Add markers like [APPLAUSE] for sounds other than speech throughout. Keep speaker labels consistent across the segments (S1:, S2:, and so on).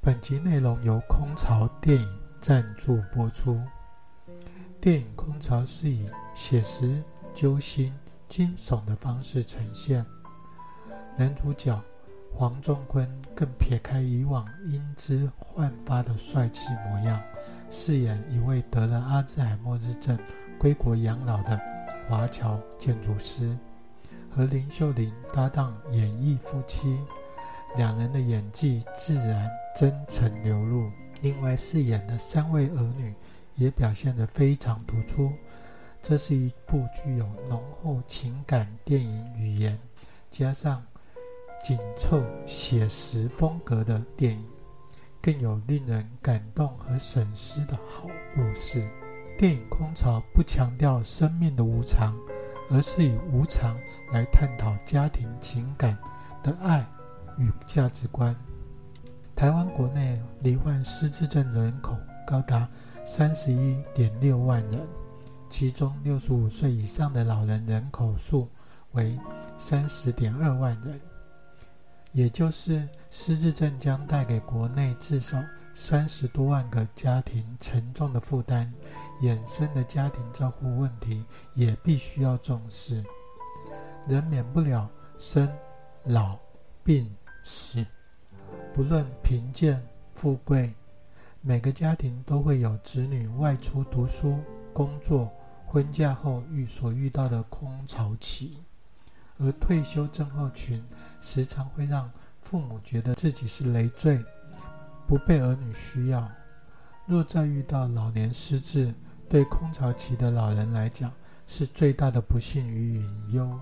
S1: 本集内容由空巢电影赞助播出。电影《空巢》是以写实、揪心、惊悚的方式呈现。男主角黄仲坤更撇开以往英姿焕发的帅气模样，饰演一位得了阿兹海默症归国养老的华侨建筑师，和林秀玲搭档演绎夫妻。两人的演技自然、真诚流露。另外饰演的三位儿女也表现得非常突出。这是一部具有浓厚情感电影语言，加上紧凑写实风格的电影，更有令人感动和省思的好故事。电影《空巢》不强调生命的无常，而是以无常来探讨家庭情感的爱与价值观。台湾国内罹患失智症人口高达三十一点六万人，其中六十五岁以上的老人人口数为三十点二万人，也就是失智症将带给国内至少三十多万个家庭沉重的负担，衍生的家庭照顾问题也必须要重视。人免不了生老病死，不论贫贱富贵，每个家庭都会有子女外出读书、工作、婚嫁后遇所遇到的空巢期，而退休症候群时常会让父母觉得自己是累赘，不被儿女需要。若再遇到老年失智，对空巢期的老人来讲是最大的不幸与隐忧。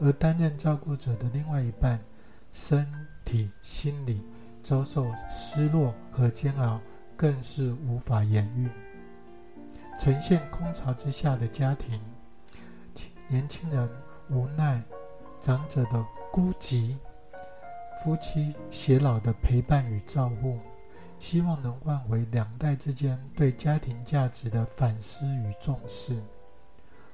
S1: 而担任照顾者的另外一半，身体、心理遭受失落和煎熬，更是无法言喻。呈现空巢之下的家庭，青年轻人无奈，长者的孤寂，夫妻偕老的陪伴与照顾，希望能换回两代之间对家庭价值的反思与重视。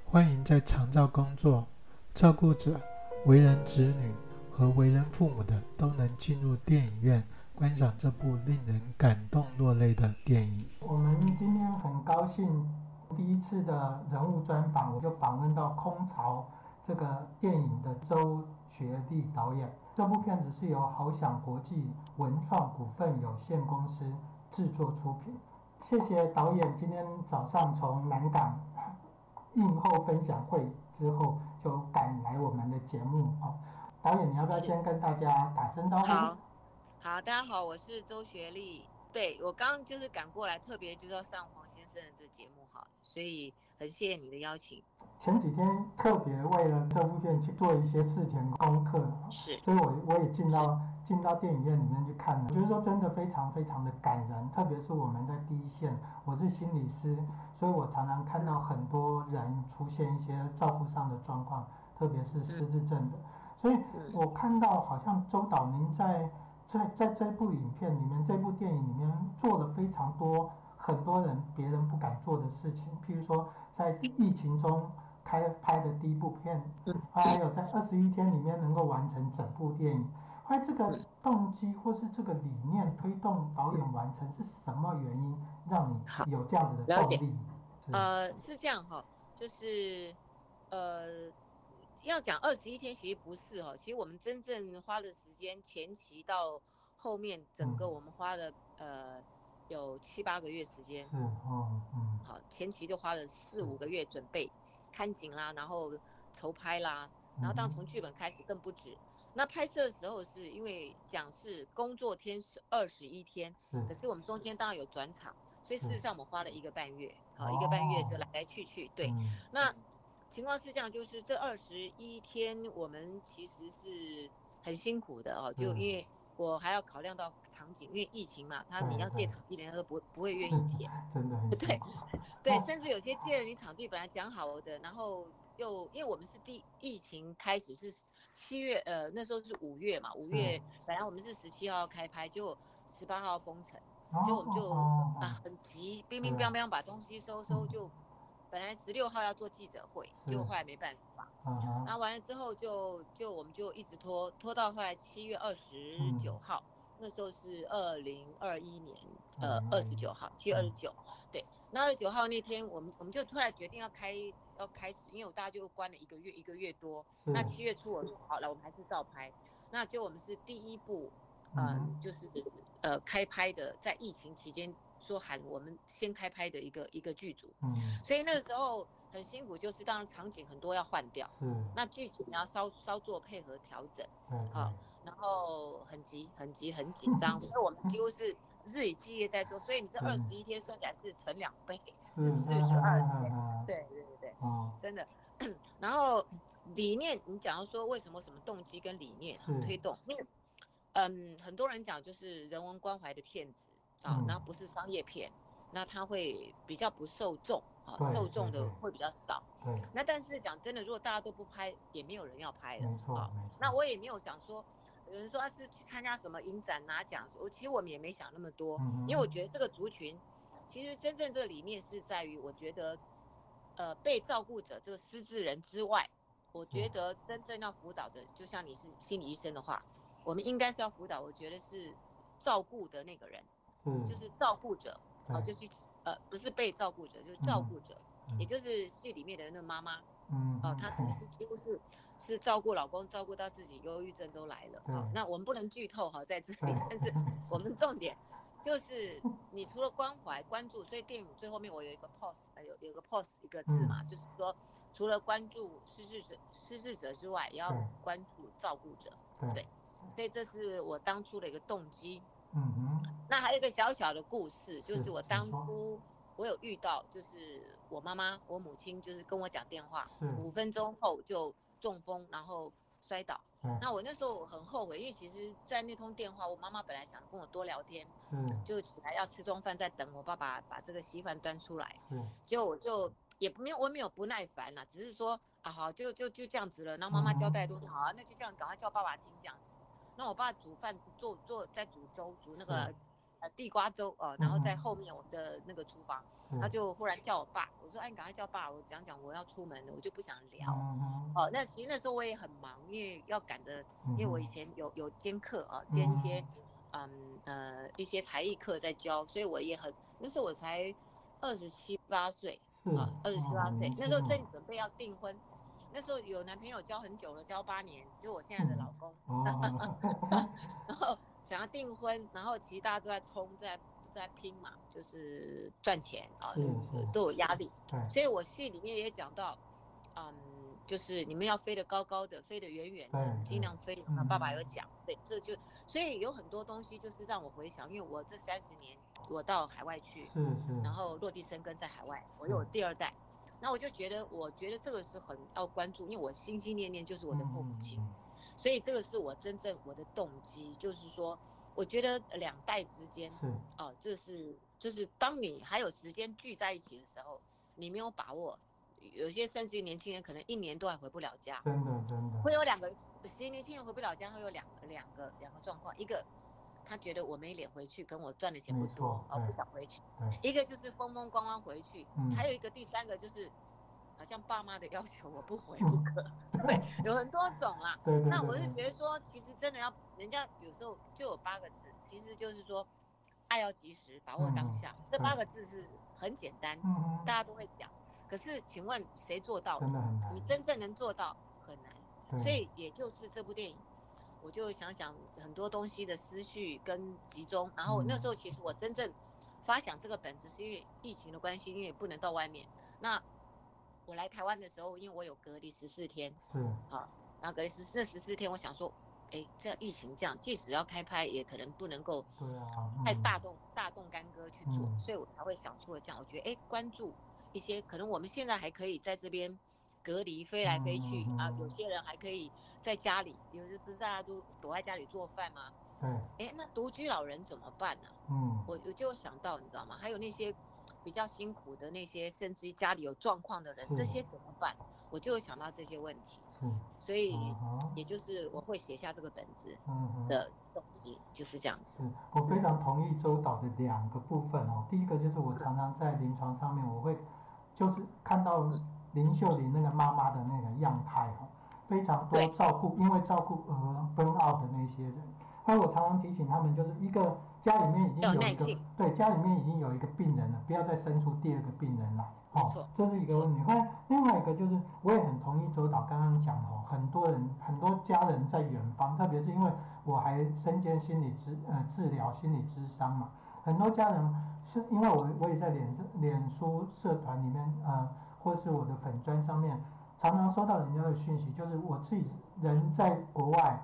S1: 欢迎在长照工作、照顾者、为人子女和为人父母的都能进入电影院观赏这部令人感动落泪的电影。
S2: 我们今天很高兴，第一次的人物专访，我就访问到《空巢》这个电影的周学利导演。这部片子是由好想国际文创股份有限公司制作出品。谢谢导演今天早上从南港映后分享会之后就赶来我们的节目哦。导演，你要不要先跟大家打声招呼？
S3: 好，好，大家好，我是周学丽。对我刚刚就是赶过来，特别就是要上黄先生的这节目哈，所以很谢谢你的邀请。
S2: 前几天特别为了这部片去做一些事前功课，
S3: 是
S2: 所以我我也进到进到电影院里面去看了，就是说真的非常非常的感人，特别是我们在第一线，我是心理师，所以我常常看到很多人出现一些照顾上的状况，特别是失智症的，所以
S3: 嗯
S2: 我看到好像周导您在在在这部影片里面，这部电影里面做了非常多很多人别人不敢做的事情，譬如说在疫情中开拍的第一部片
S3: 嗯，
S2: 还有在二十一天里面能够完成整部电影。哎，这个动机或是这个理念推动导演完成是什么原因让
S3: 好
S2: 你有这样子的
S3: 了
S2: 动
S3: 解
S2: 力？是
S3: 呃，是这样哈，就是呃，要讲二十一天，其实不是哦，其实我们真正花的时间，前期到后面，整个
S2: 嗯
S3: 我们花了呃有七八个月时间
S2: 是，嗯嗯
S3: 好，前期就花了四五个月准备看景啦，然后筹拍啦，然后当
S2: 哦
S3: 然从剧本开始更不止。那拍摄的时候是因为讲是工作天是二十一天，
S2: 是
S3: 可是我们中间当然有转场，所以事实上我们花了一个半月，好、
S2: 嗯哦
S3: 一个半月就来来去去。对，
S2: 嗯
S3: 那情况是这样，就是这二十一天我们其实是很辛苦的哦，就
S2: 嗯
S3: 因为我还要考量到场景，因为疫情嘛，他你
S2: 对
S3: 要借
S2: 对
S3: 场地，人家都不不会愿意借。
S2: 真的很辛
S3: 对
S2: 苦，
S3: 对
S2: 那，
S3: 甚至有些借了你场地本来讲好的，然后又因为我们是第疫情开始是七月，呃，那时候是五月嘛，五月、
S2: 嗯
S3: 本来我们是十七号开拍，就十八号封城，
S2: 然
S3: 结
S2: 后
S3: 果我们就、
S2: 哦
S3: 啊很急，冰
S2: 对
S3: 冰
S2: 啊
S3: 冰冰把东西收收
S2: 嗯
S3: 就。本来十六号要做记者会，结果
S2: 是
S3: 后来没办法。
S2: 嗯哼
S3: 那完了之后就就我们就一直拖拖到后来七月二十九号，那时候是二零二一年，呃，二十九号，七月二十九，对。那二十九号那天，我们我们就突然决定要开要开始，因为我大家就关了一个月一个月多。那七月初我说好了，我们还是照拍。那就我们是第一部，嗯、呃
S2: 嗯，
S3: 就是呃开拍的，在疫情期间说喊我们先开拍的一个一个剧组。
S2: 嗯，
S3: 所以那个时候很辛苦，就是当然场景很多要换掉，
S2: 是，
S3: 那剧组你要稍稍作配合调整。
S2: 对
S3: 啊然后很急、很急、很紧张，所以我们几乎是日以继夜在做。所以你这
S2: 嗯
S3: 二十一天算起来是乘两倍，
S2: 对，
S3: 是
S2: 是啊
S3: 四十二天。
S2: 天，
S3: 对对对对，
S2: 哦，
S3: 真的。 [CLEARS THROAT] 然后理念，你讲到说为什么什么动机跟理念
S2: 是
S3: 推动，因为嗯，很多人讲就是人文关怀的片子啊
S2: 嗯，
S3: 那不是商业片，那它会比较不受众啊
S2: 对，
S3: 受
S2: 对
S3: 众的
S2: 对
S3: 会比较少。
S2: 对，
S3: 那但是讲真的，如果大家都不拍，也没有人要拍了
S2: 没错，
S3: 啊。
S2: 没错。
S3: 那我也没有想说，有人说他是去参加什么影展拿奖，我其实我们也没想那么多，
S2: 嗯，
S3: 因为我觉得这个族群，其实真正这个理念是在于，我觉得，呃，被照顾者这个失智人之外，我觉
S2: 嗯
S3: 得真正要辅导的，就像你是心理医生的话，我们应该是要辅导，我觉得是照顾的那个人，
S2: 得
S3: 就是照顾者，啊，
S2: 嗯对
S3: 就是呃，不是被照顾者，就是照顾者，
S2: 嗯
S3: 也就是戏里面的那个妈妈，
S2: 嗯，
S3: 哦，她可能
S2: 嗯
S3: 是几乎是是照顾老公，照顾到自己忧郁症都来了。
S2: 对
S3: 哦，那我们不能剧透哈，在这
S2: 对
S3: 里，但是我们重点就是，你除了关怀关注，所以电影最后面我有一个 pause，呃，有有一个 pause 一个字
S2: 嗯
S3: 嘛，就是说除了关注失智者失智者之外，也要
S2: 对
S3: 关注照顾者。
S2: 对
S3: 对，所以这是我当初的一个动机。
S2: 嗯哼，
S3: 那还有一个小小的故事，就是是我
S2: 请
S3: 当
S2: 说
S3: 初我有遇到，就是我妈妈，我母亲就是跟我讲电话，
S2: 是，
S3: 五分钟后就中风，然后摔倒。
S2: 对，
S3: 那我那时候我很后悔，因为其实，在那通电话，我妈妈本来想跟我多聊天，
S2: 是
S3: 就起来要吃中饭，在等我爸爸把这个稀饭端出来。
S2: 是，
S3: 结果我就也没有，我没有不耐烦啦，只是说啊好，就就就这样子了。那妈妈交代都好啊，那就这样，赶快叫爸爸听这样子。那我爸煮饭做做在煮粥，煮那个
S2: 是
S3: 呃地瓜粥哦、呃然后在
S2: 嗯
S3: 后面我们的那个厨房，
S2: 是
S3: 他就忽然叫我爸，我说哎，你赶快叫爸，我讲讲我要出门了，我就不想聊。
S2: 嗯哼
S3: 哦，那其实那时候我也很忙，因为要赶着，
S2: 嗯
S3: 因为我
S2: 哼
S3: 以前有有兼课啊，兼一些，嗯呃一些才艺课在教，所以我也很那时候我才二十七八岁
S2: 是
S3: 啊，二十七八
S2: 嗯
S3: 岁
S2: 年，
S3: 那时候
S2: 轻
S3: 正准备要订婚，那时候有男朋友交很久了，交八年，就我现
S2: 嗯
S3: 在的老公， [LAUGHS]
S2: 哦，
S3: 然后想要订婚，然后其实大家都在冲，在在拼嘛，就是赚钱啊，
S2: 是
S3: 有
S2: 是
S3: 都有压力，
S2: 对，
S3: 所以我戏里面也讲到，嗯，就是你们要飞得高高的，飞得远远的
S2: 对，
S3: 尽
S2: 对嗯
S3: 量飞。那爸爸有讲，对，这就所以有很多东西就是让我回想，因为我这三十年我到海外去，
S2: 是是，
S3: 然后落地生根在海外，我有我第二代，那我就觉得，我觉得这个是很要关注，因为我心心念念就是我的父母亲，
S2: 嗯，
S3: 所以这个是我真正我的动机，就是说，我觉得两代之间
S2: 嗯是
S3: 哦，这是就是当你还有时间聚在一起的时候，你没有把握，有些甚至于年轻人可能一年都还回不了家，
S2: 真的真的，
S3: 会有两个，有些年轻人回不了家会有两个两个两个状况，一个他觉得我没脸回去，跟我赚的钱不
S2: 没
S3: 多
S2: 错，
S3: 哦不
S2: 对
S3: 想回去，
S2: 对，
S3: 一个就是风风光光回去，
S2: 嗯
S3: 还有一个第三个就是好像爸妈的要求我不回不
S2: [LAUGHS]
S3: 可，对，有很多种啦。
S2: 对对，
S3: 那
S2: 对
S3: 我是
S2: 对
S3: 觉得说，其实真的要，人家有时候就有八个字，其实就是说，爱要及时，把握
S2: 嗯
S3: 当下。这
S2: 对
S3: 八个字是很简单，
S2: 嗯哼，
S3: 大家都会讲。可是，请问谁做到
S2: 真的
S3: 了？
S2: 嗯很难，
S3: 你真正能做到很难。
S2: 对
S3: 所以，也就是这部电影，我就想想很多东西的思绪跟集中。然后
S2: 嗯
S3: 那时候，其实我真正发想这个本子，是因为疫情的关系，因为也不能到外面。那我来台湾的时候，因为我有隔离十四天，
S2: 是
S3: 然后隔离十那十四天，我想说，哎，这疫情这样，即使要开拍，也可能不能够
S2: 对啊，
S3: 太
S2: 嗯
S3: 大动、大动干戈去做，
S2: 嗯
S3: 所以我才会想出了这样。我觉得，哎，关注一些可能我们现在还可以在这边隔离，飞来飞去、
S2: 嗯嗯
S3: 啊，
S2: 嗯
S3: 有些人还可以在家里，有些不是大家都躲在家里做饭吗？
S2: 对，
S3: 哎，那独居老人怎么办呢、
S2: 嗯，
S3: 我我就想到，你知道吗？还有那些比较辛苦的那些，甚至于家里有状况的人，这些
S2: 是
S3: 怎么办？我就想到这些问题，
S2: 是，
S3: 所以。
S2: 嗯哼
S3: 也就是我会写下这个本子
S2: 嗯哼。
S3: 的动机，就是这样子。
S2: 是我非常同意周导的两个部分哦。第一个就是我常常在临床上面，我会就是看到林秀玲那个妈妈的那个样态哦，非常多
S3: 对
S2: 照顾，因为照顾而 burn out 的那些人，但我常常提醒他们，就是一个家里面已经
S3: 要
S2: 有
S3: 有耐
S2: 一个
S3: 性
S2: 对家里面已经有一个病人了，不要再生出第二个病人来。
S3: 没
S2: 哦
S3: 错，
S2: 这是一个问题。另外另外一个就是，我也很同意周导刚刚讲的哦，很多人很多家人在远方，特别是因为我还身兼心理治呃治疗心理咨商嘛，很多家人是因为我我也在脸脸书社团里面呃，或是我的粉砖上面，常常收到人家的讯息，就是我自己人在国外，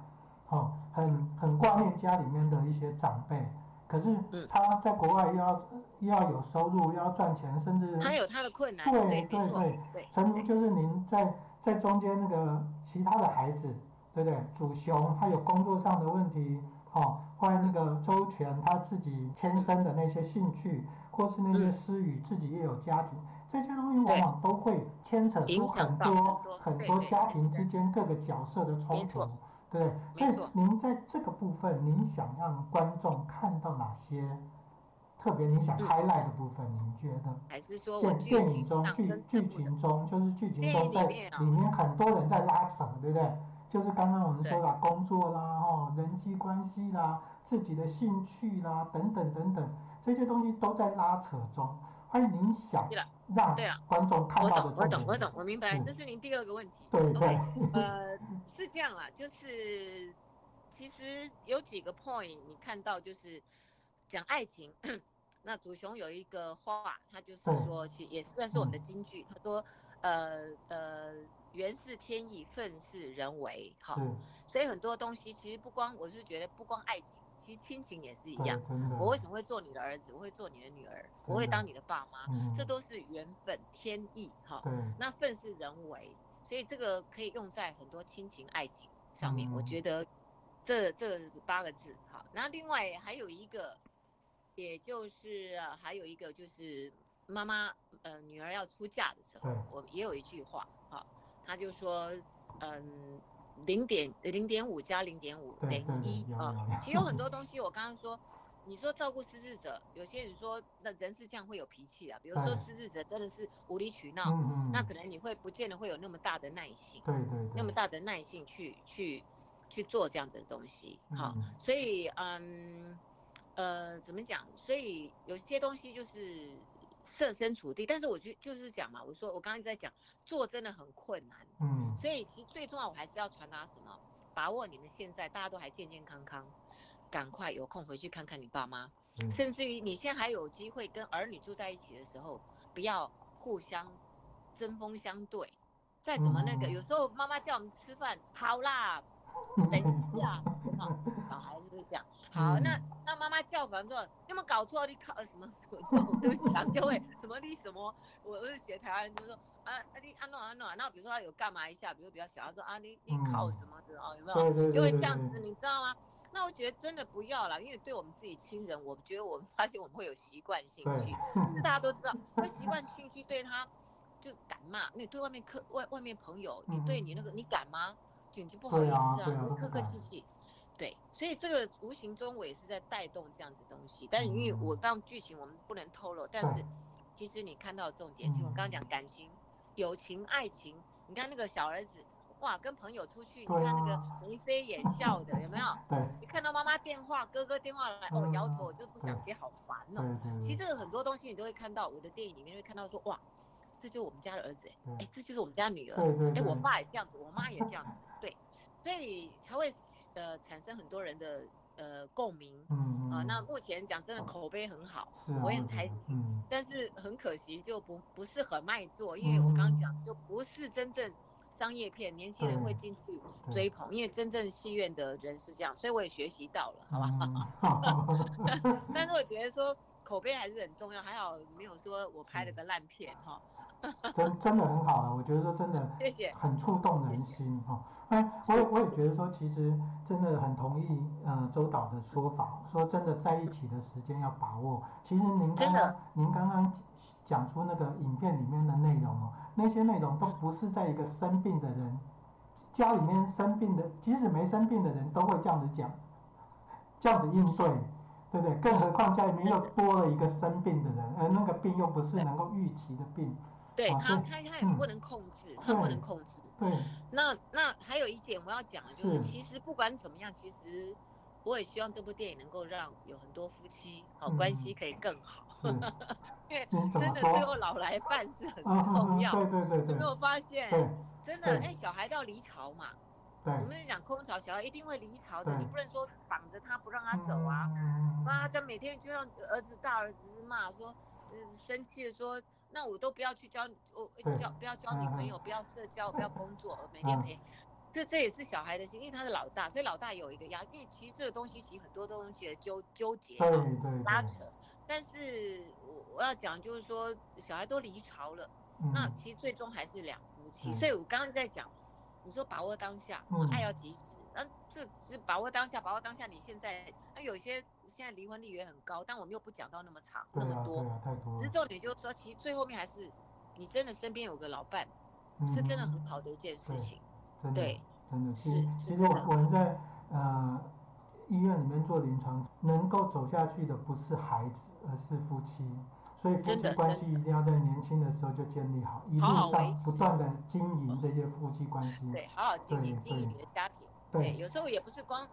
S2: 哦，很很挂念家里面的一些长辈，可是
S3: 嗯
S2: 他在国外又要又要有收入，又要赚钱，甚至
S3: 他有他的困难，
S2: 嗯对
S3: 没错
S2: 对，
S3: 对
S2: 陈如就是您在在中间那个其他的孩子，对不对？主雄他有工作上的问题，哦，或者那个周全他自己天生的那些兴趣，或是那些
S3: 嗯
S2: 私语，自己也有家庭，这些东西往往都会牵扯出
S3: 影响
S2: 很
S3: 到
S2: 多
S3: 很
S2: 很多
S3: 多对对
S2: 家庭
S3: 是
S2: 之间各个角色的冲
S3: 没
S2: 突
S3: 错。
S2: 对不对，
S3: 没
S2: 所以
S3: 错
S2: 您在这个部分，您想让观众看到哪些特别你想
S3: 嗯
S2: highlight 的部分？您觉得？
S3: 还是说我
S2: 电
S3: 剧
S2: 电影
S3: 情
S2: 中
S3: 上
S2: 剧
S3: 跟
S2: 剧
S3: 字幕的
S2: 情中就是剧情
S3: 电
S2: 中
S3: 影
S2: 在
S3: 里面啊
S2: 里面很多人在拉扯，对不对？就是刚刚我们
S3: 对
S2: 说了工作啦、哦人际关系啦、自己的兴趣啦等等等等，这些东西都在拉扯中。而您想
S3: 对了
S2: 让
S3: 对了
S2: 观众看
S3: 我
S2: 到的
S3: 懂，我
S2: 重
S3: 懂，
S2: 点
S3: 我
S2: 是
S3: 懂，我明白，
S2: 嗯
S3: 这是您第二个问题。
S2: 对
S3: OK，
S2: 对，
S3: 呃，是这样啦，就是其实有几个 point 你看到就是讲爱情，那祖雄有一个话，他就是
S2: 对嗯
S3: 说，其也算是我们的金句，他说，呃呃，缘是天意，份是人为，哈，
S2: 是，
S3: 所以很多东西其实不光，我是觉得不光爱情，其实亲情也是一
S2: 对，
S3: 样。
S2: 真的。
S3: 我为什么会做你的儿子？我会做你的女儿，我会
S2: 真的
S3: 当你的爸妈，
S2: 嗯嗯，
S3: 这都是缘分天意哈。
S2: 对，
S3: 那份是人为，所以这个可以用在很多亲情、爱情上面。我
S2: 嗯
S3: 觉得这这八个字哈。那另外还有一个，也就是、呃还有一个就是妈妈呃女儿要出嫁的时候
S2: 对，
S3: 我也有一句话哈，他就说嗯零点零点五加零点五
S2: 对对
S3: 等于
S2: 对
S3: 一
S2: 有
S3: 啊
S2: 有有。
S3: 其实有
S2: [LAUGHS]
S3: 很多东西，我刚刚说。你说照顾失智者，有些人说那人是这样会有脾气啊，比如说
S2: 对
S3: 失智者真的是无理取闹，
S2: [LAUGHS] 嗯嗯，
S3: 啊那可能你会不见得会有那么大的耐性，
S2: 对对对，
S3: 那么大的耐性去去去做这样子的东西，哈、
S2: 嗯
S3: 所以嗯呃怎么讲？所以有些东西就是设身处地，但是我就就是讲嘛，我说我刚刚在讲做真的很困难，
S2: 嗯，
S3: 所以其实最重要我还是要传达什么？把握你们现在大家都还健健康康，赶快有空回去看看你爸妈，
S2: 是
S3: 甚至于你现在还有机会跟儿女住在一起的时候，不要互相针锋相对。再怎么那个，
S2: 嗯
S3: 有时候妈妈叫我们吃饭，好啦，等
S2: [LAUGHS]
S3: 一下，啊，小孩子会这样。好，
S2: 嗯
S3: 那那妈妈叫反正你有没有搞错？你考什么什么什么？我都想就会什么你什么，我我是学台湾人，就说啊啊你安诺安诺，那比如说他有干嘛一下，比如比较小，他说啊你你考
S2: 嗯
S3: 什么的哦，有没有？
S2: 对对对，
S3: 就会
S2: 嗯对
S3: 这样子，
S2: 对
S3: 你知道吗？那我觉得真的不要了，因为对我们自己亲人，我觉得我们发现我们会有习惯性去，
S2: 对，
S3: 是大家都知道，会习惯性去对他就敢骂。你对外面客外外面朋友，你对你那个你敢吗？就你就不好意
S2: 嗯对
S3: 思
S2: 啊
S3: 啊，
S2: 对啊
S3: 你
S2: 都不
S3: 客客
S2: 敢
S3: 气气。对，所以这个无形中我也是在带动这样子东西，但是因为我
S2: 嗯
S3: 当剧情我们不能透露，但
S2: 对嗯
S3: 是其实你看到的重点，其实我刚刚讲感情、友情、爱情，你看那个小儿子，哇，跟朋友出去，你
S2: 对
S3: 看那个
S2: 啊
S3: 眉
S2: [LAUGHS]
S3: 飞眼笑的，有没有？
S2: 对
S3: 你看到妈妈电话、哥哥电话来，哦，摇头，我就不想
S2: 对
S3: 接，好烦
S2: 对
S3: 哦。
S2: 对，
S3: 其实这个很多东西你都会看到，我的电影里面会看到说，哇，这就是我们家的儿子，哎
S2: 对
S3: 哎，这就是我们家女儿，
S2: 对对
S3: 哎，
S2: 对，
S3: 我爸也这样子，我妈也这样子，对，所以才会呃产生很多人的呃共鸣
S2: 嗯
S3: 啊、
S2: 嗯
S3: 那
S2: 嗯
S3: 目前讲真的口碑很好，
S2: 是啊
S3: 我也很
S2: 觉
S3: 开
S2: 得
S3: 心
S2: 嗯，
S3: 但是很可惜就不不是很卖座，因为我刚刚讲就不是真正商业片，年轻人
S2: 对
S3: 会进去
S2: 嗯
S3: 追捧，因为真正戏院的人是这样，所以我也学习到了，好吧？
S2: 嗯
S3: [LAUGHS]
S2: 吧，
S3: 但是我觉得说口碑还是很重要，还好没有说我拍了个烂片哈，
S2: 真真的很好啊，我觉得说
S3: [LAUGHS]
S2: 真的
S3: 谢谢。
S2: 很触动人心哈。哎，我也我也觉得说，其实真的很同意呃周导的说法，说真的在一起的时间要把握。其实您刚
S3: 真
S2: 刚
S3: 的
S2: 您刚刚讲出那个影片里面的内容哦，那些内容都
S3: 嗯
S2: 不是在一个生病的人家里面生病的，即使没生病的人都会这样子讲，这样子应对。对不
S3: 嗯
S2: 对？更何况家里面又多了一个生病的人，而那个病又不是能够预期的病，
S3: 对
S2: 啊
S3: 他，
S2: 所以
S3: 他他
S2: 嗯
S3: 也不能控制，他不能控制。
S2: 对，
S3: 那那还有一点我要讲的就是，
S2: 是
S3: 其实不管怎么样，其实我也希望这部电影能够让有很多夫妻好、
S2: 嗯
S3: 关系可以更好，
S2: 是，
S3: [LAUGHS] 因为
S2: 你怎
S3: 真
S2: 么
S3: 的最后
S2: 说？
S3: 老来伴是很
S2: 嗯
S3: 重要。
S2: 对对对
S3: 有
S2: 对
S3: 没有发现？
S2: 对
S3: 真的，
S2: 对
S3: 哎，小孩要离巢嘛，
S2: 对，
S3: 我们就讲空巢小孩一定会离巢的，
S2: 对
S3: 你不能说绑着他不让他走啊。
S2: 嗯，
S3: 妈，他每天就让儿子大儿子不是骂说，呃，生气的说，那我都不要去交，我
S2: 对
S3: 交不要交女朋友，不要社交，不要工作，每天陪。这这也是小孩的心，因为他是老大，所以老大有一个压力。因为其实这个东西其实很多东西的纠纠结
S2: 对
S3: 啊，
S2: 对对，
S3: 拉扯。但是我我要讲就是说，小孩都离巢了。
S2: 嗯
S3: 那其实最终还是两夫妻，
S2: 嗯
S3: 所以我刚刚在讲，你说把握当下，
S2: 嗯
S3: 爱要及时，那这只把握当下，把握当下。你现在，那有些现在离婚率也很高，但我们又不讲到那么长
S2: 对
S3: 那么
S2: 啊
S3: 多
S2: 对，啊，太多了
S3: 只是重点就是说，其实最后面还是你真的身边有个老伴，
S2: 嗯
S3: 是真的很好的一件事情。
S2: 真的
S3: 对，
S2: 真的
S3: 是
S2: 其实
S3: 是
S2: 其实
S3: 这
S2: 我
S3: 样
S2: 我们在呃医院里面做临床，能够走下去的不是孩子，而是夫妻。所以夫
S3: 真
S2: 妻
S3: 的
S2: 关系一定要在年轻的时候就建立好，一
S3: 好好
S2: 路
S3: 维
S2: 上
S3: 持哦
S2: 不断的经营这些夫妻关系。
S3: 对，好好经营
S2: 对
S3: 经营
S2: 对
S3: 你的家庭。对，
S2: 对
S3: 有时候也不是光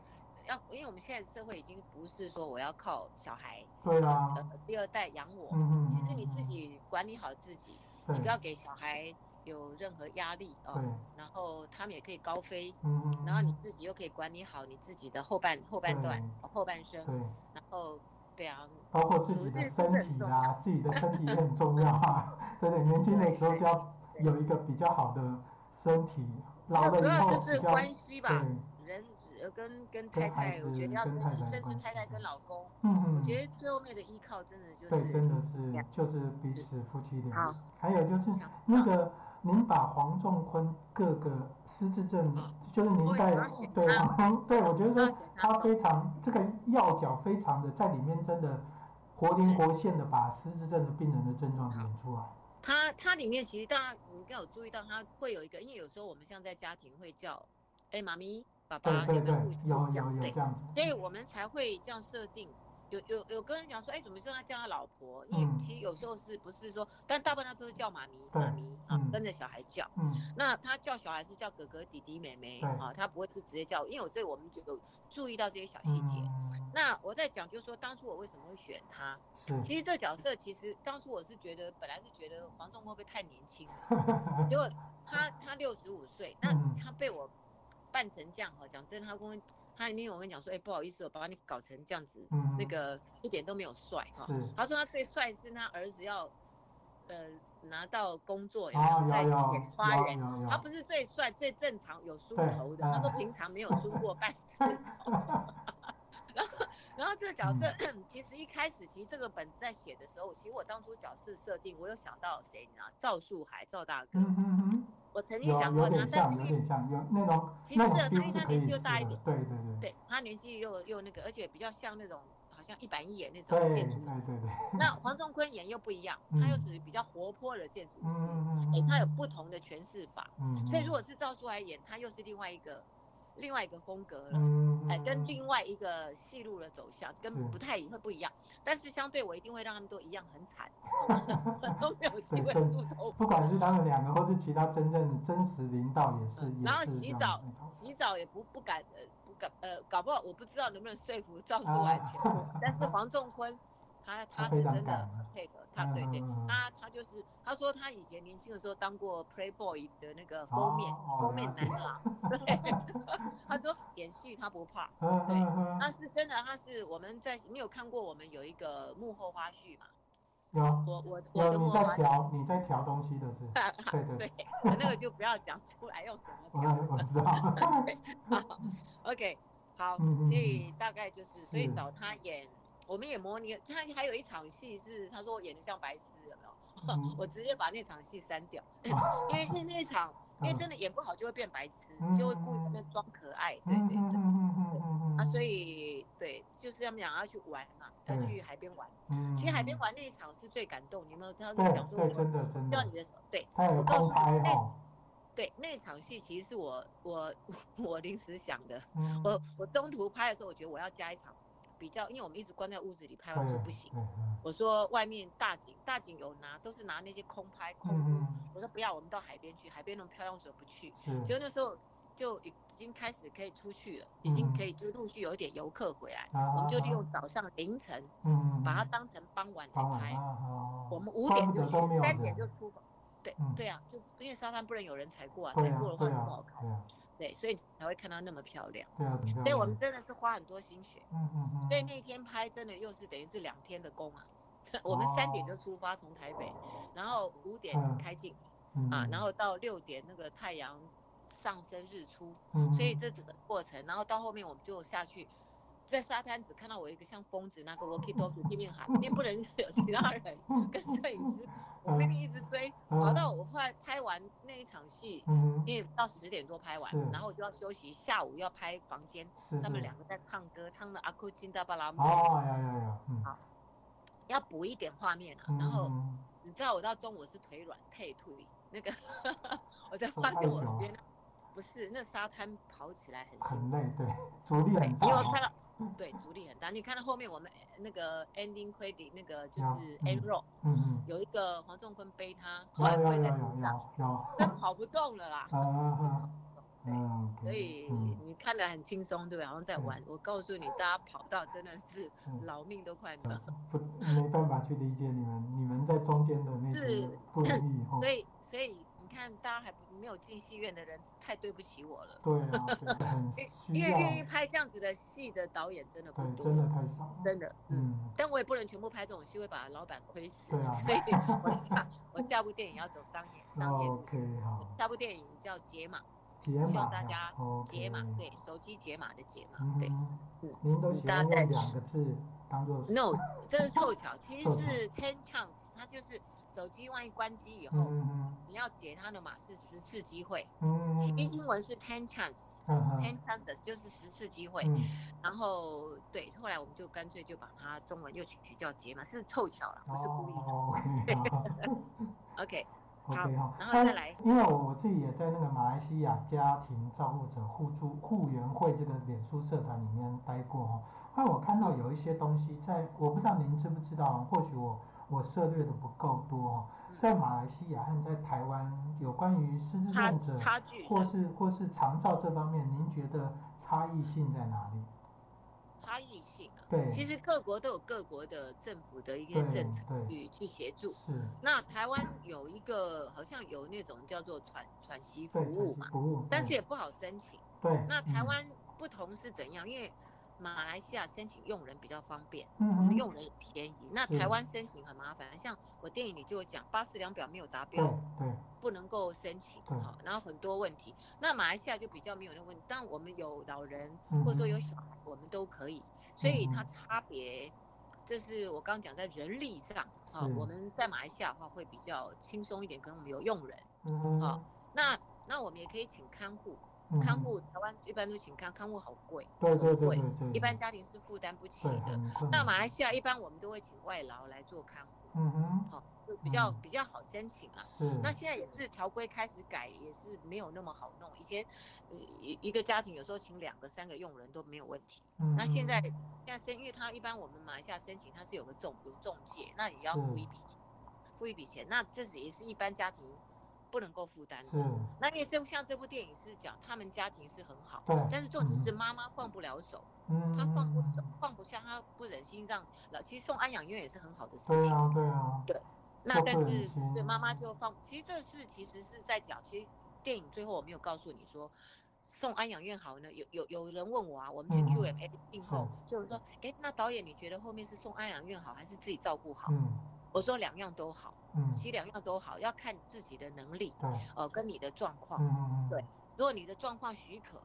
S3: 要，因为我们现在社会已经不是说我要靠小孩，
S2: 对啊，
S3: 呃，第二代养我。
S2: 嗯嗯，
S3: 其实你
S2: 嗯
S3: 自，己管理好自己，
S2: 嗯
S3: 你不要给小孩有任何压力
S2: 对对
S3: 哦，，然后他们也可以高飞，
S2: 嗯嗯，
S3: 然后你
S2: 嗯
S3: 自己又可以管理好你自己的后半后半段、哦
S2: 对
S3: 后半生，
S2: 对，
S3: 然后对啊，
S2: 包括自己的身体啊，自己的身体也很重要啊。
S3: [LAUGHS]
S2: 对对，年轻的时候就要有一个比较好的身体，老了
S3: 主
S2: 以
S3: 要
S2: 后
S3: 就是
S2: 比较
S3: 关系吧，
S2: 对，嗯
S3: 人呃跟
S2: 跟
S3: 跟太
S2: 孩
S3: 太，我
S2: 子
S3: 觉得要
S2: 跟
S3: 珍
S2: 太
S3: 惜，
S2: 太
S3: 甚至
S2: 关
S3: 太
S2: 系
S3: 太跟老公，
S2: 嗯
S3: 我
S2: 嗯，
S3: 觉得最后面的依靠真的就
S2: 对，真
S3: 是
S2: 的是就是彼此夫妻俩
S3: 好。
S2: 还有就是那个，您把黄仲坤各个失智症，就是您
S3: 嗯我也
S2: 在
S3: 想要选
S2: 对
S3: 他
S2: 黄坤，对我觉得
S3: 我
S2: 说
S3: 也想要选他
S2: 他非常这个要角非常的在里面真的活灵活现的把失智症的病人的症状演出来。
S3: 它它里面其实大家你应该有注意到，它会有一个，因为有时候我们像在家庭会叫，哎，妈咪。爸
S2: 对
S3: 爸，
S2: 对
S3: 有没
S2: 对
S3: 有互，
S2: 有有
S3: 相讲？
S2: 有
S3: 对
S2: 这，样子，
S3: 所以我们才会这样设定。有有有跟人讲说，哎，怎么说他叫他老婆？因
S2: 嗯
S3: 为其实有时候是不是说，但大部分他都是叫妈咪
S2: 对
S3: 妈咪啊
S2: 嗯，
S3: 跟着小孩叫。
S2: 嗯，
S3: 那他叫小孩是叫哥哥、弟弟、妹妹
S2: 对
S3: 啊，他不会是直接叫，因为我这我们就有注意到这些小细节。
S2: 嗯，
S3: 那我在讲，就是说当初我为什么会选他？
S2: 是，
S3: 其实这角色其实当初我是觉得，本来是觉得黄仲会不会太年轻了，结果他他六十五岁，那
S2: 嗯
S3: 他被我扮成这样哈，讲真，他跟我他那天我跟你讲说，哎、不好意思，我把你搞成这样子，
S2: 嗯，
S3: 那个一点都没有帅哈。
S2: 是
S3: 他说他最帅是他儿子要，呃，拿到工作有没
S2: 啊，
S3: 有
S2: 有
S3: 在
S2: 有
S3: 剪花
S2: 有
S3: 园？
S2: 有有，
S3: 他不是最帅最正常有
S2: 嗯
S3: 梳
S2: 对
S3: 头的，
S2: 嗯
S3: 他说平常没有梳过半次头。 [LAUGHS] 然后，然后这个角色、
S2: 嗯
S3: [CLEARS THROAT] 其实一开始，其实这个本子在写的时候，其实我当初角色设定，我有想到谁，你知道赵树海赵大哥，
S2: 嗯嗯嗯，
S3: 我曾经
S2: 有
S3: 想
S2: 有
S3: 过他
S2: 点，
S3: 但
S2: 像，
S3: 是
S2: 有
S3: 因为
S2: 点像，有那种
S3: 其实
S2: 那
S3: 啊
S2: 种
S3: 他因为
S2: 是
S3: 他
S2: 可
S3: 年
S2: 以
S3: 纪又
S2: 试
S3: 大一
S2: 的
S3: 点
S2: 对对对，
S3: 对他年纪又又那个，而且比较像那种好像一板一眼那种
S2: 对
S3: 建
S2: 对
S3: 筑
S2: 对
S3: 师。
S2: 对，
S3: 那黄仲坤演又不一样，
S2: 嗯
S3: 他又是比较活泼的建筑
S2: 嗯
S3: 师，
S2: 嗯
S3: 哎、
S2: 嗯，
S3: 他有不同的诠释法。
S2: 嗯，
S3: 所以如果是赵树海演，他又是另外一个另外一个风格了，
S2: 嗯，
S3: 哎、跟另外一个戏路的走向跟
S2: 是
S3: 不太会不一样。但是相对我一定会让他们都一样很
S2: [LAUGHS]
S3: 惨，哦 [LAUGHS] 都没有机会
S2: 对
S3: 梳头发。
S2: 不管是他们两个，或是其他真正真实领导也是，也
S3: 嗯然后
S2: 是这
S3: 洗
S2: 样
S3: 澡
S2: 那种，
S3: 洗澡也不不敢，呃，不敢，呃，搞不好我不知道能不能说服赵树海全部，但是黄仲坤，他
S2: 啊他
S3: 他
S2: 非
S3: 是
S2: 常
S3: 真
S2: 敢
S3: 的
S2: 啊
S3: 很配合，他对对啊
S2: 嗯嗯嗯，
S3: 他他就是他说他以前年轻的时候当过 Playboy 的那个封面
S2: 哦
S3: 封面
S2: 了解
S3: 男郎， [LAUGHS] 对，他说演戏他不怕，
S2: 嗯
S3: 对啊
S2: 嗯
S3: 那
S2: 嗯，
S3: 是真的，他是我们在你有看过我们有一个幕后花絮嘛？
S2: 有
S3: 我我我
S2: 有
S3: 的幕
S2: 你在
S3: 后花絮，
S2: 调你在调东西的
S3: [LAUGHS]
S2: 是，对对
S3: 对，那个就不要讲出来用什么
S2: 我
S3: 调。
S2: 我知道，
S3: OK，好，
S2: 嗯嗯
S3: 所以大概就是，所以
S2: 是
S3: 找他演，我们也模拟，他还有一场戏是他说我演的像白痴，有没有？
S2: 嗯
S3: [LAUGHS] 我直接把那场戏删掉， [LAUGHS]
S2: 啊
S3: 因为那那一场，因为
S2: 嗯
S3: 真的演不好就会变白痴，
S2: 嗯
S3: 就会故意在那边装可爱，对
S2: 嗯
S3: 对
S2: 嗯
S3: 对。
S2: 嗯嗯嗯嗯，
S3: 啊，所以对，就是他们俩要去玩嘛，要
S2: 对
S3: 去海边玩。
S2: 嗯，
S3: 其实海边玩那一场是最感动，你有没有？他
S2: 对
S3: 讲说
S2: 对，
S3: 我
S2: 真的真
S3: 叫
S2: 的
S3: 你，的手，对
S2: 他有
S3: 我告诉
S2: 空
S3: 你
S2: 拍
S3: 那
S2: 哈，
S3: 对，那场戏其实是我我 [LAUGHS] 我临时想的，
S2: 嗯
S3: 我我中途拍的时候，我觉得我要加一场比较，因为我们一直关在屋子里拍，我说不行，
S2: 对，嗯
S3: 我说外面大景，大景有拿，都是拿那些空拍空屋，
S2: 嗯
S3: 我说不要，我们到海边去，海边那么漂亮，为什么不去？
S2: 嗯，
S3: 结
S2: 是，
S3: 果那时候就已经开始可以出去了，已经可
S2: 嗯
S3: 以就陆续有一点游客回来，
S2: 啊
S3: 我们就利用早上凌晨
S2: 嗯，
S3: 把它当成傍晚来
S2: 傍晚
S3: 拍。
S2: 啊，哦
S3: 我们五
S2: 怪
S3: 点
S2: 不
S3: 就
S2: 得都没
S3: 去，
S2: 有
S3: 三点
S2: 人
S3: 就出发。对
S2: 嗯
S3: 对啊，就因为沙滩不能有人踩过啊，
S2: 对
S3: 踩
S2: 啊
S3: 过的话
S2: 对
S3: 就不
S2: 啊
S3: 好看。
S2: 对啊
S3: 对，所以才会看到那么漂亮。
S2: 对啊，对啊，
S3: 所以我们真的是花很多心血。
S2: 嗯嗯嗯，
S3: 所以那天拍真的又是等于是两天的工啊。
S2: 哦
S3: [LAUGHS] 我们三点就出发，从台北，然后五点
S2: 嗯
S3: 开进
S2: 嗯
S3: 啊，然
S2: 嗯
S3: 后到六点那个太阳上升日出，
S2: 嗯
S3: 所以
S2: 嗯
S3: 这整个过程，然后到后面我们就下去，在沙滩只看到我一个像疯子那个 walkie talkie 拼命喊，因为不能有其他人跟摄影师，
S2: 嗯
S3: 我拼命一直追，跑到我后来拍完那一场戏，
S2: 嗯
S3: 因为到十点多拍完
S2: 是，
S3: 然后我就要休息，下午要拍房间，
S2: 是
S3: 他们
S2: 是
S3: 两个在唱歌，唱的阿库金达巴拉姆，
S2: 哦呀呀呀，嗯
S3: 要补一点画面啊，
S2: 嗯
S3: 然后。
S2: 嗯
S3: 你知道我到中午是腿软退退，那个 [LAUGHS] 我才
S2: 走
S3: 发
S2: 太
S3: 现我
S2: 久
S3: 原来不是那沙滩跑起来很辛苦，
S2: 很累，对，阻力
S3: 对
S2: 很，大
S3: 因为
S2: 哦，
S3: 我看到对阻力很大。你看到后面我们呃那个 ending credit 那个就
S2: 有
S3: 是
S2: 嗯
S3: end roll
S2: 嗯
S3: 有一个黄仲坤背他，后来
S2: 嗯，有有
S3: 跪
S2: 有
S3: 在
S2: 有
S3: 地上，
S2: 有有，
S3: 真跑不动了啦。
S2: 嗯
S3: 真跑
S2: 嗯
S3: 不动对
S2: 嗯，
S3: 所以
S2: 嗯
S3: 你看得很轻松，对吧？好像在玩。我告诉你，大家跑到真的是
S2: 嗯
S3: [LAUGHS] 老命都快没有。
S2: 不没办法去理解你们，你们在中间的那些
S3: 是
S2: 不容易哦
S3: 所。以，所以你看，大家还不没有进戏院的人，太对不起我了。
S2: 对啊，对，很需
S3: 因为
S2: 要，
S3: 愿意拍这样子的戏的导演真的不
S2: 对，
S3: 多，
S2: 真的太少了。
S3: 真的嗯。
S2: 嗯，
S3: 但我也不能全部拍这种戏，会把老板亏死。
S2: 对啊
S3: 所以我下我下部电影要走商业商业路线。
S2: 哦 OK 好，
S3: 下部电影叫《解码
S2: 解
S3: 希
S2: 码
S3: 望大家
S2: ，OK，》，
S3: 解码对，手机解码的解码
S2: 嗯
S3: 对。
S2: 哼
S3: 嗯
S2: 您都喜欢
S3: 大概
S2: 用两个字当做
S3: No，这是凑巧，其实
S2: 凑巧
S3: 是 ten chance，它就是手机万一关机以
S2: 嗯
S3: 后，
S2: 嗯
S3: 你要解它的码是十次机会，
S2: 嗯
S3: 其
S2: 嗯
S3: 英文是 ten chance，ten
S2: 嗯哼
S3: chances 就是十次机会。
S2: 嗯
S3: 然后对，后来我们就干脆就把它中文又取取叫解码，是凑巧了，不是故意的。
S2: 哦，OK 好
S3: OK，好
S2: ，OK 好，
S3: 然后再
S2: 那
S3: 来
S2: 因为我我自己也在那个马来西亚家庭照顾者互助护援会这个脸书社团里面待过哦。那我看到有一些东西在，我不知道您知不知道，或许我我涉猎的不够多哦。
S3: 嗯
S2: 在马来西亚和在台湾有关于失智
S3: 差
S2: 症者
S3: 差距
S2: 或是或是长照这方面，您觉得差异性在哪里？
S3: 差异性啊。
S2: 对，
S3: 其实各国都有各国的政府的一
S2: 对
S3: 些政策
S2: 对
S3: 去去协助。
S2: 是
S3: 那台湾有一个好像有那种叫做喘喘息服
S2: 对
S3: 务
S2: 它
S3: 嘛
S2: 是，服务，
S3: 但
S2: 对
S3: 是也不好申请。
S2: 对
S3: 那台
S2: 嗯
S3: 湾不同是怎样？因为马来西亚申请用人比较方便，
S2: 嗯
S3: 我们
S2: 哼
S3: 用人也便宜。那
S2: 是
S3: 台湾申请很麻烦，像我电影里就有讲，八四两表没有达
S2: 对
S3: 标，
S2: 对
S3: 不能够申请
S2: 对
S3: 哈，然后很多问题。那马来西亚就比较没有那个问题，但我们有老人
S2: 嗯
S3: 或者说有
S2: 哼
S3: 小孩，我们都可以，所以它
S2: 嗯哼
S3: 差别，这是我刚讲在人力上啊
S2: 是，
S3: 我们在马来西亚的话会比较轻松一点，可能我们有佣人，
S2: 嗯哼
S3: 好那那我们也可以请看护，
S2: 嗯
S3: 看
S2: 哼
S3: 护台湾一般都请看，看护好贵，
S2: 对对
S3: 很
S2: 对
S3: 贵
S2: 对对，
S3: 一般家庭是负担不起
S2: 嗯对
S3: 的。
S2: 很困
S3: 那
S2: 难。
S3: 马来西亚一般我们都会请外劳来做看护，
S2: 嗯哼，
S3: 好，就比较
S2: 嗯
S3: 比较好申请啦。
S2: 是
S3: 那现在也是条规开始改，也是没有那么好弄。以前，呃一一个家庭有时候请两个、三个佣人都没有问题。
S2: 嗯
S3: 那现在
S2: 嗯
S3: 现在申，因为他一般我们马来西亚申请，他是有个中有中介，那也要付一笔钱，付一笔钱。那这是也是一般家庭不能够负担
S2: 是
S3: 的。那因为这部像这部电影是讲他们家庭是很好，
S2: 对，
S3: 但是重点
S2: 嗯
S3: 是妈妈放不了手，
S2: 嗯，
S3: 她放不手
S2: 嗯，
S3: 放不下，她不忍心让老。其实送安养院也是很好的事
S2: 对
S3: 情。
S2: 啊对啊，
S3: 对那
S2: 就
S3: 但
S2: 不忍
S3: 是对妈妈
S2: 心嗯
S3: 就放，其实这事其实是在讲，其实电影最后我没有告诉你说送安养院好呢，有有有人问我啊，我们去
S2: 嗯
S3: Q&A 定后，就是说，哎，那导演你觉得后面是送安养院好还是自己照顾好？
S2: 嗯
S3: 我说两样都好，
S2: 嗯，
S3: 其实两样都好，要看自己的能力，
S2: 对，
S3: 呃，跟你的状况。
S2: 嗯嗯嗯，
S3: 对如果你的状况许可，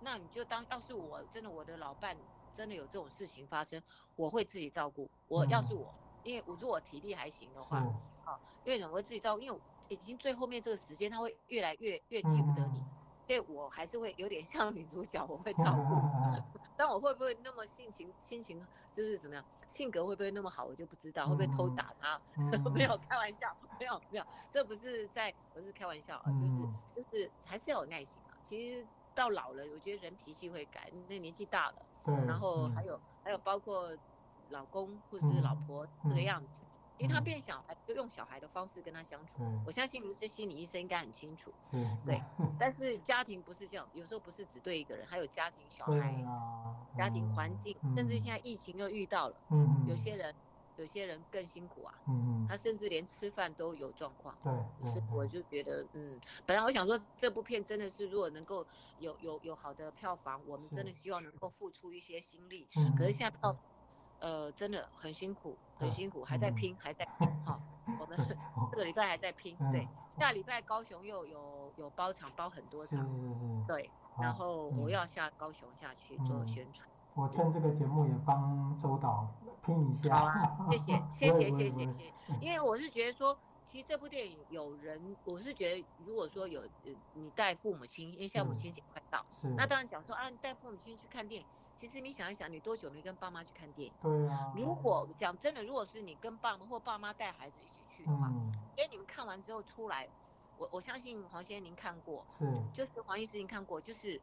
S3: 那你就当要是我真的我的老伴真的有这种事情发生，我会自己照顾。我要是
S2: 嗯
S3: 我，因为我如果我体力还行的
S2: 是
S3: 话，因为我会自己照顾，因为我已经最后面这个时间，他会越来越越记不得你，
S2: 嗯
S3: 所以我还是会有点 [LAUGHS] 像女主角，我会照顾。
S2: 嗯
S3: 但我会不会那么性情心情就是怎么样，性格会不会那么好，我就不知道，会不会偷打他？
S2: 嗯
S3: [LAUGHS] 没有开玩笑，没有没有，这不是在，我是开玩笑啊，就是
S2: 嗯
S3: 就是还是要有耐心啊。其实到老了，我觉得人脾气会改，那年纪大了，
S2: 对，
S3: 然后
S2: 嗯
S3: 还有还有包括老公或是老
S2: 嗯
S3: 婆这个
S2: 嗯
S3: 样子，其实他
S2: 嗯
S3: 变小孩就用小孩的方式跟他相处。
S2: 对
S3: 我相信您是心理医生，应该很清楚。
S2: 是是
S3: 对但是家庭不是这样，有时候不是只对一个人，还有家庭、小
S2: 对
S3: 孩、
S2: 啊，
S3: 家庭
S2: 嗯
S3: 环境，甚至现在疫情又遇到了，
S2: 嗯嗯
S3: 有些人有些人更辛苦啊，
S2: 嗯嗯
S3: 他甚至连吃饭都有状况。
S2: 对对
S3: 所以我
S2: 对
S3: 就觉得，嗯，本来我想说这部片真的是，如果能够有有有好的票房，我们真的
S2: 是
S3: 希望能够付出一些心力。
S2: 嗯
S3: 可是
S2: 嗯
S3: 现在票，呃，真的很辛苦，很
S2: 对
S3: 辛苦，还在
S2: 嗯哦
S3: 拼，还在拼哈。我们 [LAUGHS] 这个礼拜还在拼，对
S2: 嗯，
S3: 下礼拜高雄又有有包场，包很多
S2: 是是
S3: 场，
S2: 是是，
S3: 对。然
S2: 好
S3: 后我
S2: 嗯
S3: 要下高雄下去做
S2: 嗯
S3: 宣传。
S2: 我趁这个节目也帮周导拼一下，，
S3: 好啊，谢谢
S2: [LAUGHS]
S3: 谢
S2: 不会
S3: 谢，
S2: 不
S3: 谢
S2: 会
S3: 谢，谢
S2: 不会
S3: 谢。因为我是觉得说，其实这部电影有人，我是觉得如果说有呃你带父母亲，因为现在
S2: 嗯
S3: 母亲节快到，
S2: 是，
S3: 那当然讲说啊，你带父母亲去看电影，其实你想一想，你多久没跟爸妈去看电影？
S2: 对啊，
S3: 如果讲真的，如果是你跟爸妈或爸妈带孩子一起去的话，
S2: 嗯
S3: 因为你们看完之后出来，我我相信黄先生您看过，
S2: 是
S3: 就是黄医师您看过，就是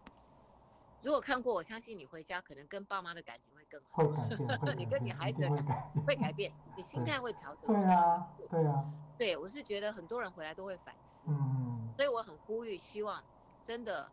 S3: 如果看过，我相信你回家可能跟爸妈的感情会更好，
S2: 会改变，会
S3: [LAUGHS] 你
S2: 改
S3: 跟你
S2: 变
S3: 孩
S2: 一
S3: 子
S2: 定
S3: 的
S2: 会改变，
S3: [LAUGHS] 会改变，你心
S2: 哦对
S3: 态会调整。
S2: 对啊，对啊，
S3: 对，我是觉得很多人回来都会反思，
S2: 嗯
S3: 所以我很呼吁，希望真的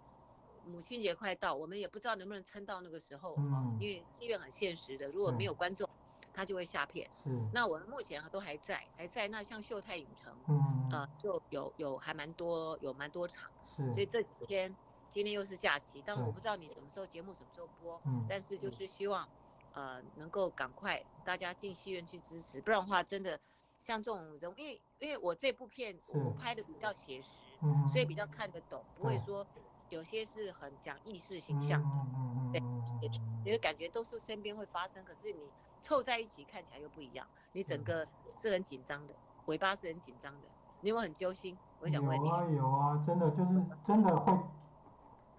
S3: 母亲节快到，我们也不知道能不能撑到那个时候，
S2: 嗯
S3: 因为戏院很现实的，如果没有观众，他就会下片。
S2: 是，
S3: 那我们目前都还在，还在。那像秀泰影城，
S2: 嗯
S3: 呃，就有有还蛮多，有蛮多场，
S2: 是，
S3: 所以这几天今天又是假期，但
S2: 对
S3: 我不知道你什么时候节目什么时候播，
S2: 嗯
S3: 但是就是希望，呃，能够赶快大家进戏院去支持，不然的话，真的像这种人物，因为因为我这部片我我
S2: 是
S3: 拍的比较写实，
S2: 嗯
S3: 所以比较看得懂，不会
S2: 对
S3: 说有些是很讲意识形象的，
S2: 嗯嗯嗯
S3: 对
S2: 嗯嗯嗯
S3: 你会感觉都是身边会发生，可是你凑在一起看起来又不一样，你整
S2: 嗯
S3: 个是很紧张的，尾巴是很紧张的，你有没有很揪心？我想问你
S2: 有，啊有啊，真的就是真的会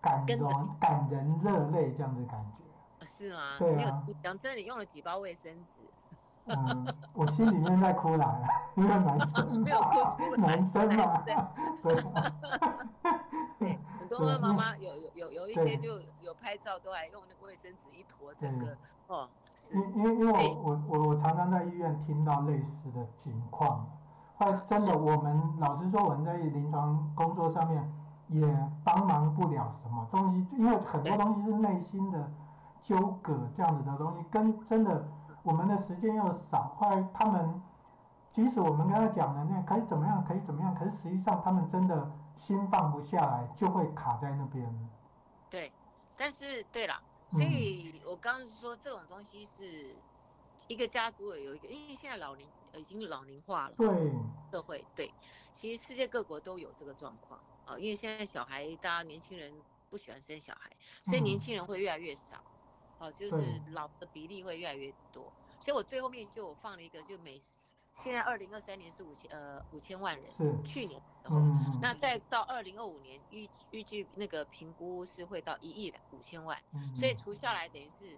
S2: 感
S3: 跟着
S2: 人感人热泪这样的感觉。
S3: 呃是吗？
S2: 对
S3: 你有
S2: 啊
S3: 你讲真的，你用了几包卫生纸？
S2: 嗯，我心里面在哭来了，因为男生
S3: 没有哭
S2: 嘛
S3: 出来
S2: 男生嘛
S3: 男生，
S2: 对啊，
S3: 对，很多
S2: [LAUGHS] 对
S3: 妈
S2: 因
S3: 妈
S2: 为
S3: 妈有有有有一些
S2: 对
S3: 就有拍照都还用那个卫生纸一坨，整个
S2: 嗯
S3: 哦是
S2: 因因为因为
S3: 对
S2: 我我我我常常在医院听到类似的情况，后
S3: 啊
S2: 来真的我们老实说，我们在临床工作上面也帮忙不了什么东西，因为很多
S3: 对
S2: 东西是内心的纠葛这样子的东西，跟真的我们的时间又少，后来他们即使我们跟他讲了那可以怎么样，可以怎么样，可是实际上他们真的心放不下来，就会卡在那边。
S3: 对，但是对啦，
S2: 嗯
S3: 所以我刚刚是说这种东西是一个家族有一个，因为现在老龄呃已经老龄化了，
S2: 对，
S3: 社会对，其实世界各国都有这个状况啊、因为现在小孩大家年轻人不喜欢生小孩，所以
S2: 嗯
S3: 年轻人会越来越少，哦、就是
S2: 对
S3: 老的比例会越来越多，所以我最后面就我放了一个，就每现在二零二三年是五千呃五千万人，
S2: 是，
S3: 去年的时候。
S2: 嗯，
S3: 那再到二零二五年，预预计那个评估是会到一亿五千万，
S2: 嗯
S3: 所以除下来等于是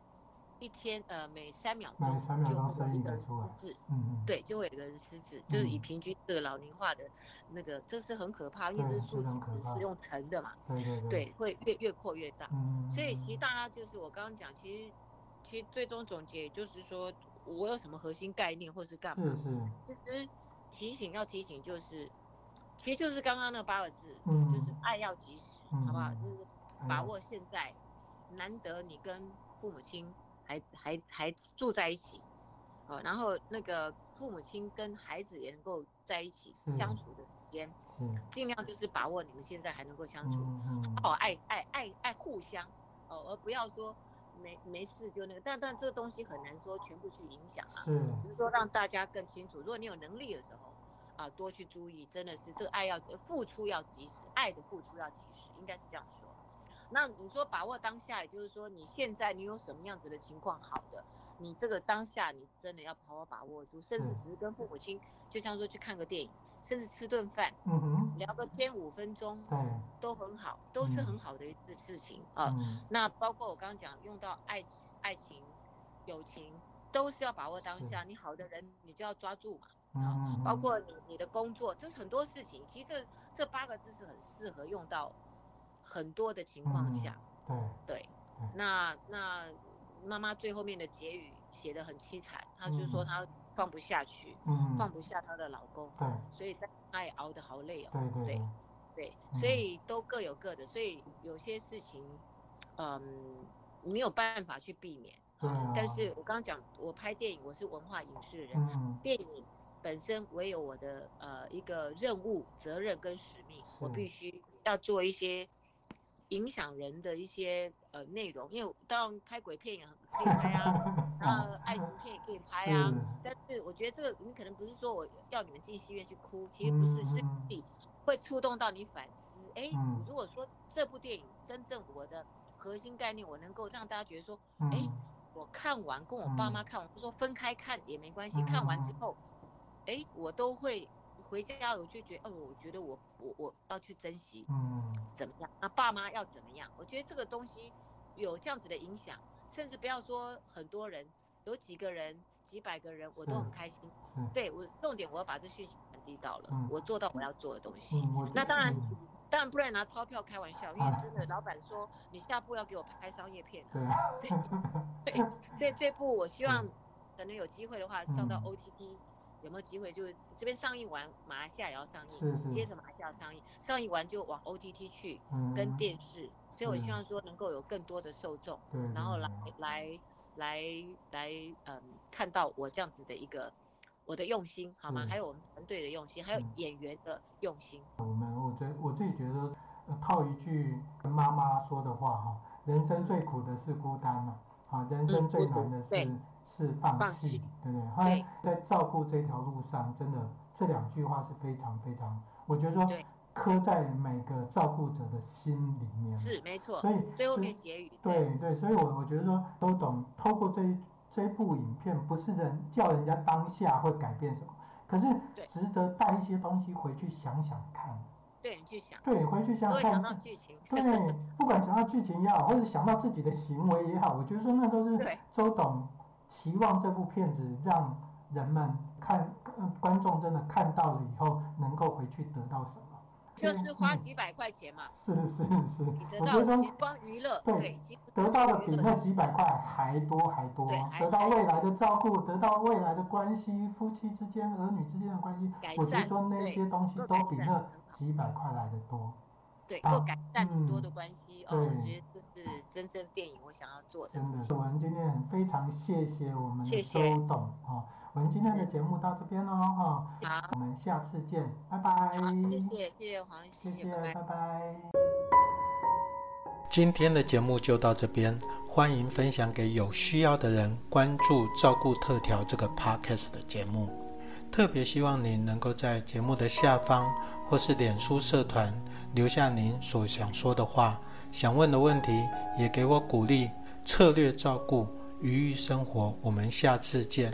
S3: 一天呃每三秒
S2: 每
S3: 钟
S2: 三秒
S3: 就
S2: 钟
S3: 会有
S2: 生
S3: 一
S2: 一个
S3: 个人
S2: 出
S3: 失
S2: 来
S3: 智，
S2: 嗯嗯，
S3: 对，就会有一个人失智，就是以
S2: 嗯
S3: 平均这个老龄化的那个，这是很可怕，因为这
S2: 对
S3: 数
S2: 非常可
S3: 字
S2: 怕
S3: 是用乘的嘛，
S2: 对对对，
S3: 对，会越越扩越大。
S2: 嗯，
S3: 所以其实大家就是我刚刚讲，其实其实最终总结就是说我有什么核心概念或是干嘛
S2: 是，是，
S3: 其实提醒要提醒就是，其实就是刚刚那八个字，
S2: 嗯
S3: 就是爱要及时，好不好？
S2: 嗯
S3: 就是
S2: 哎
S3: 把
S2: 呀
S3: 握现在，难得你跟父母亲还还还住在一起，哦，然后那个父母亲跟孩子也能够在一起
S2: 是
S3: 相处的时间，
S2: 是，
S3: 尽量就是把握你们现在还能够相处，
S2: 嗯嗯，
S3: 哦，爱爱爱爱互相，哦，而不要说没没事就那个，但但这个东西很难说全部去影响啊。
S2: 是，
S3: 只是说让大家更清楚，如果你有能力的时候，啊，多去注意，真的是这个爱要呃付出要及时，爱的付出要及时，应该是这样说。那你说把握当下，也就是说你现在你有什么样子的情况好的，你这个当下你真的要好好把握住，甚至
S2: 嗯
S3: 只是跟父母亲，就像说去看个电影，甚至吃顿饭，
S2: 嗯哼，
S3: 聊个天五分钟
S2: 对，
S3: 都很好，都是很
S2: 嗯
S3: 好的一件事情啊。
S2: 嗯，
S3: 那包括我刚刚讲用到爱爱情、友情，都是要把握当
S2: 是
S3: 下。你好的人，你就要抓住嘛。
S2: 嗯，
S3: 包括你你的工作，这很多事情，其实这这八个字是很适合用到很多的情况下。
S2: 对，
S3: 对
S2: 嗯，
S3: 那那妈妈最后面的结语写的很凄惨，她就说
S2: 嗯
S3: 她放不下去，
S2: 嗯，
S3: 放不下她的老公，
S2: 对
S3: 所以在她也熬得好累哦。
S2: 对对
S3: 对
S2: 对，
S3: 对，
S2: 嗯
S3: 所以都各有各的，所以有些事情，嗯，没有办法去避免。
S2: 对啊
S3: 但是我刚刚讲，我拍电影，我是文化影视人，
S2: 嗯，
S3: 电影本身我也有我的呃一个任务、责任跟使命，我
S2: 是
S3: 必须要做一些影响人的一些呃内容，因为当然拍鬼片也很可以拍啊，
S2: 嗯
S3: 然后爱情片也可以拍啊。但是我觉得这个你可能不是说我要你们进戏院去哭，其实不是，是
S2: 嗯
S3: 你会触动到你反思。哎
S2: 嗯，
S3: 如果说这部电影真正我的核心概念，我能够让大家觉得说，
S2: 嗯，
S3: 哎我看完跟我爸妈看完，我说分开看也没关系，
S2: 嗯
S3: 看完之后，哎，我都会回家，我就觉得，哦，我觉得我我我要去珍惜
S2: 嗯，
S3: 怎么样，那爸妈要怎么样？我觉得这个东西有这样子的影响，甚至不要说很多人，有几个人、几百个人，我都很
S2: 是
S3: 开心。
S2: 嗯是，
S3: 对我重点，我要把这讯息传递到了，
S2: 嗯
S3: 我做到我要做的东西。
S2: 嗯，我
S3: 那当然
S2: 嗯
S3: 当然不能拿钞票开玩笑，因为
S2: 啊
S3: 真的老板说你下部要给我拍商业片啊、
S2: 对啊，[LAUGHS]
S3: 所以所以这部我希望可能有机会的话上到
S2: 嗯
S3: OTT，、有没有机会就是这边上映完，马来西亚也要上映，
S2: 是是
S3: 接着马来西亚上映，上映完就往 OTT 去
S2: 嗯，
S3: 跟电视，所以我希
S2: 嗯
S3: 望说能够有更多的受众，
S2: 对，
S3: 然后来
S2: 嗯对
S3: 来来来嗯看到我这样子的一个。我的用心好吗？
S2: 是
S3: 还有我们团队的用心，还有
S2: 嗯
S3: 演员的用心。
S2: 我觉我自己觉得，呃套一句跟妈妈说的话哈，人生最苦的是孤单嘛，啊，人生最难的是、
S3: 嗯
S2: 是放
S3: 放
S2: 弃
S3: 弃，
S2: 对不对？后来在照顾这条路上，真的这两句话是非常非常，我觉得说
S3: 对
S2: 刻在每个照顾者的心里面，
S3: 是，没错
S2: 所。以
S3: 最后
S2: 这
S3: 面结语，
S2: 对对，所以我我觉得说，周董透过这一这一部影片，不是人叫人家当下会改变什么，可是
S3: 对
S2: 值得带一些东西回去想想看。
S3: 对你去想，
S2: 对，回去想
S3: 都会想
S2: 想
S3: 到
S2: 看。
S3: 剧情。 [LAUGHS]
S2: 对，不管想到剧情也好，或者想到自己的行为也好，我觉得说那都是
S3: 对
S2: 周董期望这部片子让人们看、呃观众真的看到了以后，能够回去得到什么。
S3: 就是花
S2: 嗯
S3: 几百块钱嘛，
S2: 是是是，
S3: 你得
S2: 我觉
S3: 到
S2: 得说
S3: 极光娱乐，
S2: 对
S3: 对，极
S2: 得到的比
S3: 娱
S2: 那
S3: 乐，
S2: 几百块还多还多啊
S3: 对，还
S2: 得到未来的照顾，得到未来的关系，夫妻之间、儿女之间的关系
S3: 改，
S2: 我觉得
S3: 善
S2: 说那
S3: 对
S2: 些东西
S3: 做
S2: 都
S3: 改
S2: 比
S3: 善
S2: 那
S3: 很好
S2: 几百块来的多。
S3: 对，
S2: 啊
S3: 够改善很多
S2: 嗯
S3: 的关系哦。我
S2: 对
S3: 觉得这是真正电影我想要做的。
S2: 真的，我们今天很非常谢谢我们的
S3: 谢
S2: 周
S3: 谢
S2: 董哦。我们今天的节目到这边喽哈、哦，
S3: 好，
S2: 我们下次见，拜拜。
S3: 好，谢谢，谢谢黄
S2: 谢
S3: 西，
S2: 谢，
S3: 拜拜。
S2: 拜拜
S1: 今天的节目就到这边，欢迎分享给有需要的人，关注“照顾特调”这个 podcast 的节目。特别希望您能够在节目的下方或是脸书社团留下您所想说的话、想问的问题，也给我鼓励。策略照顾，余裕生活，我们下次见，